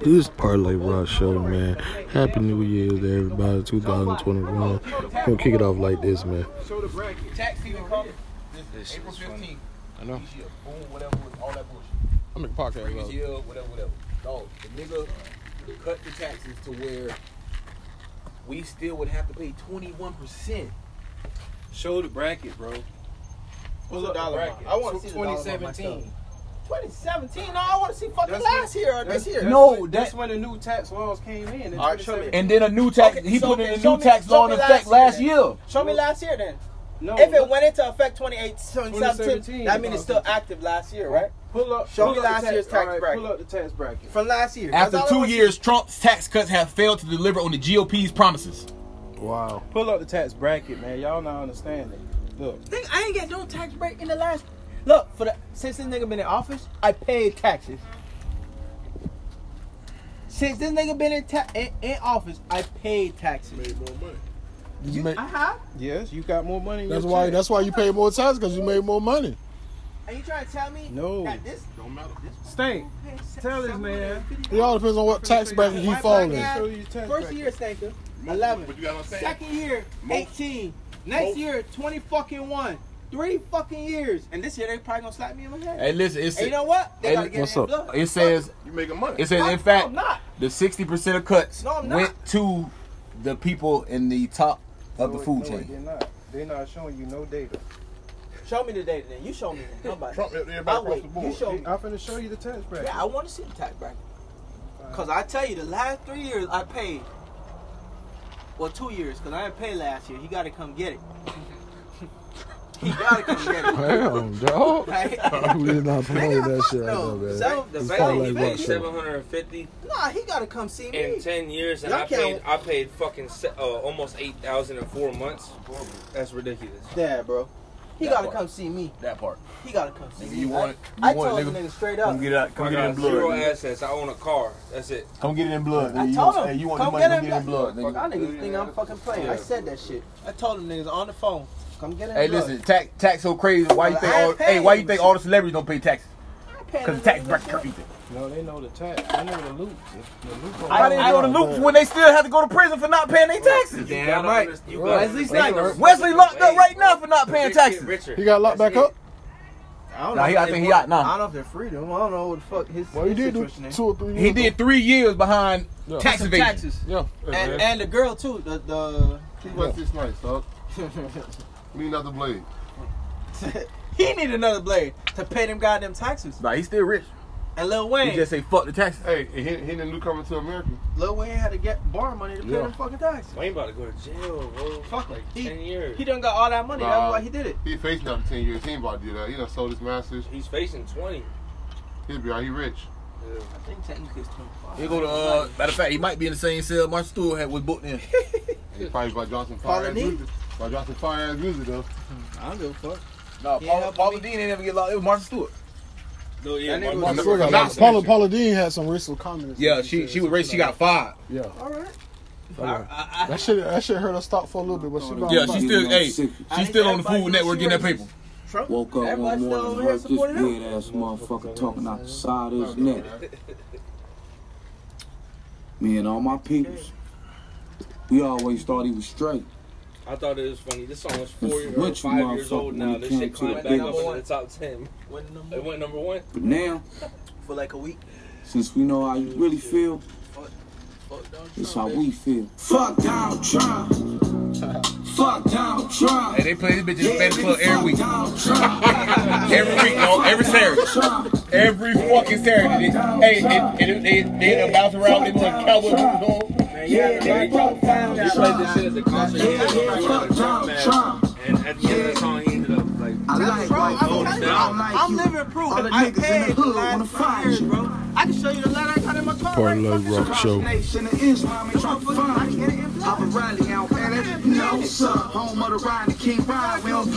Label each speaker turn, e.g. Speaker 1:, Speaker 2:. Speaker 1: This is Parlay Raw Show, man. Happy New Year to everybody, 2021. We're gonna kick it off like this, man.
Speaker 2: Show the bracket. Tax season coming. This is April fifteenth.
Speaker 3: I know.
Speaker 2: Each year. Boom, whatever, all that bullshit.
Speaker 3: I'm in the podcast.
Speaker 2: Previous
Speaker 3: bro.
Speaker 2: year, whatever, whatever. Dog, the nigga cut the taxes to where we still would have to pay twenty one percent.
Speaker 4: Show the bracket, bro.
Speaker 5: What's the dollar amount? I want to see the dollar amount
Speaker 4: 2017.
Speaker 5: myself. 2017. No, I want to see fucking
Speaker 4: That's
Speaker 5: last year or
Speaker 4: That's-
Speaker 5: this year.
Speaker 4: that's
Speaker 6: No,
Speaker 4: when-
Speaker 6: that-
Speaker 4: that's when the new tax laws came in. in
Speaker 5: All right, show me.
Speaker 4: 2017.
Speaker 6: And then a new tax,
Speaker 5: Okay,
Speaker 6: he
Speaker 5: so
Speaker 6: put
Speaker 5: then
Speaker 6: in a
Speaker 5: show
Speaker 6: new
Speaker 5: me-
Speaker 6: tax
Speaker 5: show
Speaker 6: law in
Speaker 5: me
Speaker 6: effect
Speaker 5: last
Speaker 6: last
Speaker 5: year.
Speaker 6: year.
Speaker 5: Show me last year then.
Speaker 4: No,
Speaker 5: If it
Speaker 4: look,
Speaker 5: went into effect 28, 2017,
Speaker 4: 2017,
Speaker 5: that means it's still
Speaker 4: dog.
Speaker 5: active last year, right?
Speaker 4: pull up,
Speaker 5: show
Speaker 4: pull
Speaker 5: me
Speaker 4: up the
Speaker 5: last year's tax
Speaker 4: all right,
Speaker 5: bracket.
Speaker 4: Pull up the tax bracket.
Speaker 5: From last year.
Speaker 6: After
Speaker 5: That's all I
Speaker 6: two
Speaker 5: want to
Speaker 6: years, Trump's tax cuts have failed to deliver on the GOP's promises.
Speaker 1: Wow.
Speaker 4: Pull up the tax bracket, man. Y'all not understanding. Look,
Speaker 5: see. Think I ain't get no tax break in the last. Look, for the since this nigga been in office, I paid taxes. Since this nigga been in, ta- in, in office, I paid taxes.
Speaker 1: Made more money. You made-
Speaker 5: I have.
Speaker 4: yes, you got more money. in
Speaker 1: that's
Speaker 4: your
Speaker 1: why.
Speaker 4: check.
Speaker 1: That's why you pay more taxes because you made more money.
Speaker 5: Are you trying to tell me
Speaker 4: No.
Speaker 5: that this
Speaker 1: Don't matter.
Speaker 4: Stank. Tell this man.
Speaker 1: It all depends on what tax bracket you
Speaker 5: White
Speaker 1: fall
Speaker 5: black
Speaker 1: in.
Speaker 5: guy,
Speaker 4: Show you tax
Speaker 5: First
Speaker 4: bracket.
Speaker 5: year, Stanker, 11.
Speaker 1: you gotta understand.
Speaker 5: Second year,
Speaker 1: Most-
Speaker 5: 18. Next
Speaker 1: most-
Speaker 5: year, 20 fucking one. Three fucking years. And this year, they probably gonna slap me in my head.
Speaker 6: Hey, listen, it's,
Speaker 5: and you know what? They
Speaker 6: Hey,
Speaker 5: gotta get
Speaker 6: what's
Speaker 5: that
Speaker 6: up?
Speaker 5: blood.
Speaker 6: It says
Speaker 1: You making money.
Speaker 6: it says
Speaker 5: No,
Speaker 6: in fact
Speaker 5: I'm not.
Speaker 6: the sixty percent of cuts
Speaker 5: No, I'm not.
Speaker 6: went to the people in the top of
Speaker 4: No,
Speaker 6: the
Speaker 4: it-
Speaker 6: food
Speaker 4: no, it
Speaker 6: chain.
Speaker 4: did not. They not showing you no data.
Speaker 5: Show me the data then. You show me then. Nobody.
Speaker 1: everybody
Speaker 5: I wait. You show me.
Speaker 4: I'm finna show you the tax bracket.
Speaker 5: Yeah, I wanna see the tax bracket. Cause I tell you, the last three years I paid. Well, two years, cause I didn't pay last year. He gotta come get it. he gotta come get it.
Speaker 1: Damn, dog.
Speaker 5: Right?
Speaker 1: we did not promote that shit right now,
Speaker 5: No,
Speaker 1: man.
Speaker 5: so the
Speaker 1: It's
Speaker 5: value
Speaker 1: Parlay
Speaker 5: is
Speaker 1: Raw
Speaker 7: Seven
Speaker 1: Show.
Speaker 7: hundred and fifty
Speaker 5: nah, he gotta come see me.
Speaker 7: in ten years, and
Speaker 5: Y'all
Speaker 7: I paid I paid fucking se- uh, almost eight thousand in four months. That's ridiculous.
Speaker 5: Dad, bro. He gotta come see me.
Speaker 6: That part.
Speaker 5: He gotta come see me.
Speaker 6: You want it? You
Speaker 5: I, I
Speaker 6: want
Speaker 5: told
Speaker 6: it,
Speaker 5: the
Speaker 6: nigga?
Speaker 5: nigga straight
Speaker 6: Come
Speaker 5: up.
Speaker 6: get it. out- Come
Speaker 7: I
Speaker 6: get it in
Speaker 7: got zero
Speaker 6: blood.
Speaker 7: assets. I own a car. That's it.
Speaker 6: Come get it in blood.
Speaker 5: I
Speaker 6: nigga. You
Speaker 5: told
Speaker 6: want-
Speaker 5: him.
Speaker 6: Hey, you want the
Speaker 5: come
Speaker 6: money?
Speaker 5: get
Speaker 6: Come
Speaker 5: him.
Speaker 6: get it in blood,
Speaker 5: Fuck,
Speaker 6: nigga.
Speaker 5: y'all niggas think I'm fucking playing. I said that shit. I told them niggas on the phone. Come get him.
Speaker 6: Hey,
Speaker 5: blood.
Speaker 6: listen, tax tax so crazy. Why you
Speaker 5: Well,
Speaker 6: think
Speaker 5: I
Speaker 6: all?
Speaker 5: paid
Speaker 6: Hey, why you
Speaker 5: him.
Speaker 6: think all the celebrities don't pay taxes?
Speaker 5: I paid
Speaker 6: Cause
Speaker 5: him
Speaker 6: the tax
Speaker 5: niggas
Speaker 6: bracket
Speaker 5: shit.
Speaker 6: cut people.
Speaker 4: No, they know the tax. They know the loop. The loophole.
Speaker 6: Why they go to loops when they still have to go to prison for not paying their taxes?
Speaker 7: Damn
Speaker 4: right.
Speaker 5: Wesley Snipes.
Speaker 6: Wesley locked up right now for not paying taxes.
Speaker 7: Richard.
Speaker 1: He got locked back up.
Speaker 5: I don't
Speaker 6: Nah, he- I
Speaker 5: if
Speaker 6: think
Speaker 5: they
Speaker 6: he out now.
Speaker 5: I don't know if they're freedom. I don't know what the fuck his,
Speaker 1: Well, he
Speaker 5: his
Speaker 1: did do
Speaker 5: situation is.
Speaker 1: two or three.
Speaker 6: He
Speaker 1: years
Speaker 6: did three years behind
Speaker 1: Yeah.
Speaker 6: tax
Speaker 5: Some
Speaker 6: evasion.
Speaker 5: taxes.
Speaker 1: ago. Yeah.
Speaker 5: And, and the girl too. The the
Speaker 8: He was this nice, dog. Me another blade.
Speaker 5: he need another blade to pay them goddamn taxes.
Speaker 6: Nah, he's still rich.
Speaker 5: And Lil
Speaker 6: He
Speaker 5: Wayne,
Speaker 6: just say fuck the taxes.
Speaker 8: Hey, and he, he the new coming to America.
Speaker 5: Lil Wayne had to get borrow money to pay
Speaker 8: Yeah.
Speaker 5: them fucking taxes.
Speaker 7: Wayne about to go to jail, bro.
Speaker 5: Fuck like he,
Speaker 7: Ten years.
Speaker 5: he done got all that money. That's
Speaker 8: Nah.
Speaker 5: why he did it.
Speaker 8: He facing out to 10 years. He ain't about to do that. He done sold his masters.
Speaker 7: He's facing twenty.
Speaker 8: He'll be out. He rich.
Speaker 5: I think technically it's 25.
Speaker 6: He go to uh, matter of fact, he might be in the same cell Martin Stewart had was booked in.
Speaker 8: And he probably about Johnson
Speaker 5: Follow
Speaker 8: fire ass
Speaker 5: me.
Speaker 8: music. By Johnson fire ass music though.
Speaker 5: I don't give a fuck.
Speaker 6: No,
Speaker 5: Yeah,
Speaker 6: Paula,
Speaker 5: but
Speaker 6: Paula
Speaker 5: we-
Speaker 6: Dean didn't even get locked. It was Martin Stewart.
Speaker 7: No, yeah,
Speaker 5: That nigga
Speaker 7: Martin
Speaker 1: My
Speaker 5: was-
Speaker 7: Luther
Speaker 1: sister got
Speaker 7: King
Speaker 1: locked.
Speaker 7: was
Speaker 1: Paula,
Speaker 7: mentioned.
Speaker 1: Paula Dean had some racial comments.
Speaker 6: Yeah, she she was rich. She got fired.
Speaker 1: Yeah,
Speaker 5: All right.
Speaker 1: All right.
Speaker 5: I, I,
Speaker 1: that shit that shit hurt her stop for a little bit, but she.
Speaker 6: Yeah, she still hey,
Speaker 5: I
Speaker 6: she
Speaker 5: think
Speaker 6: still on the
Speaker 5: everybody
Speaker 6: Food
Speaker 5: knows
Speaker 6: Network
Speaker 5: she
Speaker 6: getting that
Speaker 5: racist.
Speaker 6: paper.
Speaker 5: Trump.
Speaker 9: Woke up one
Speaker 5: Everybody's still
Speaker 9: morning
Speaker 5: over
Speaker 9: and
Speaker 5: here
Speaker 9: heard this
Speaker 5: supporting him.
Speaker 9: weird ass motherfucker talking out the side of his neck. Me and all my peoples, we always thought he was straight.
Speaker 7: I thought it was funny. This song was
Speaker 9: This
Speaker 7: four years,
Speaker 9: which
Speaker 7: five years
Speaker 9: motherfucker
Speaker 7: old now.
Speaker 9: we
Speaker 7: This
Speaker 9: came
Speaker 7: shit
Speaker 9: to
Speaker 7: climbed
Speaker 9: the
Speaker 7: back up
Speaker 9: biggest-
Speaker 7: into the top ten.
Speaker 5: Winning them
Speaker 7: It went number one.
Speaker 9: But now,
Speaker 5: for like a week.
Speaker 9: since we know how you really feel,
Speaker 5: Fuck Donald
Speaker 9: it's
Speaker 5: Trump,
Speaker 9: how
Speaker 5: bitch.
Speaker 9: we feel. Fuck Donald Trump. Fuck Donald Trump.
Speaker 6: Hey, they play this bitch in the Spanish club every week,
Speaker 9: Donald Trump.
Speaker 6: every week, no, every Saturday, every fucking Saturday. They, hey, and, and they they, they bounce around. They put cowboy boots on.
Speaker 7: Yeah, they fucked down. They played this shit at the concert. Yeah,
Speaker 9: fuck Donald Trump.
Speaker 7: And at the end of the song, he ended up like.
Speaker 9: I like white
Speaker 5: I'm
Speaker 9: folks.
Speaker 5: telling you,
Speaker 9: I don't
Speaker 5: I'm,
Speaker 9: like
Speaker 5: I'm
Speaker 9: you.
Speaker 5: living proof.
Speaker 9: All the
Speaker 5: I
Speaker 9: niggas in the
Speaker 5: paid the
Speaker 9: hood wanna
Speaker 5: last
Speaker 9: find
Speaker 5: five years,
Speaker 9: you.
Speaker 5: bro. I can show you the letter I got in my car. right
Speaker 1: Parlay
Speaker 5: fucking
Speaker 1: Rock
Speaker 5: now.
Speaker 1: Show.
Speaker 9: Nation of Islam ain't trying to
Speaker 5: Motherfucker, I
Speaker 9: find
Speaker 5: can
Speaker 9: you.
Speaker 5: get it in blood.
Speaker 9: I'm a rally out, and no, sir. Home of the riding, king ride. We don't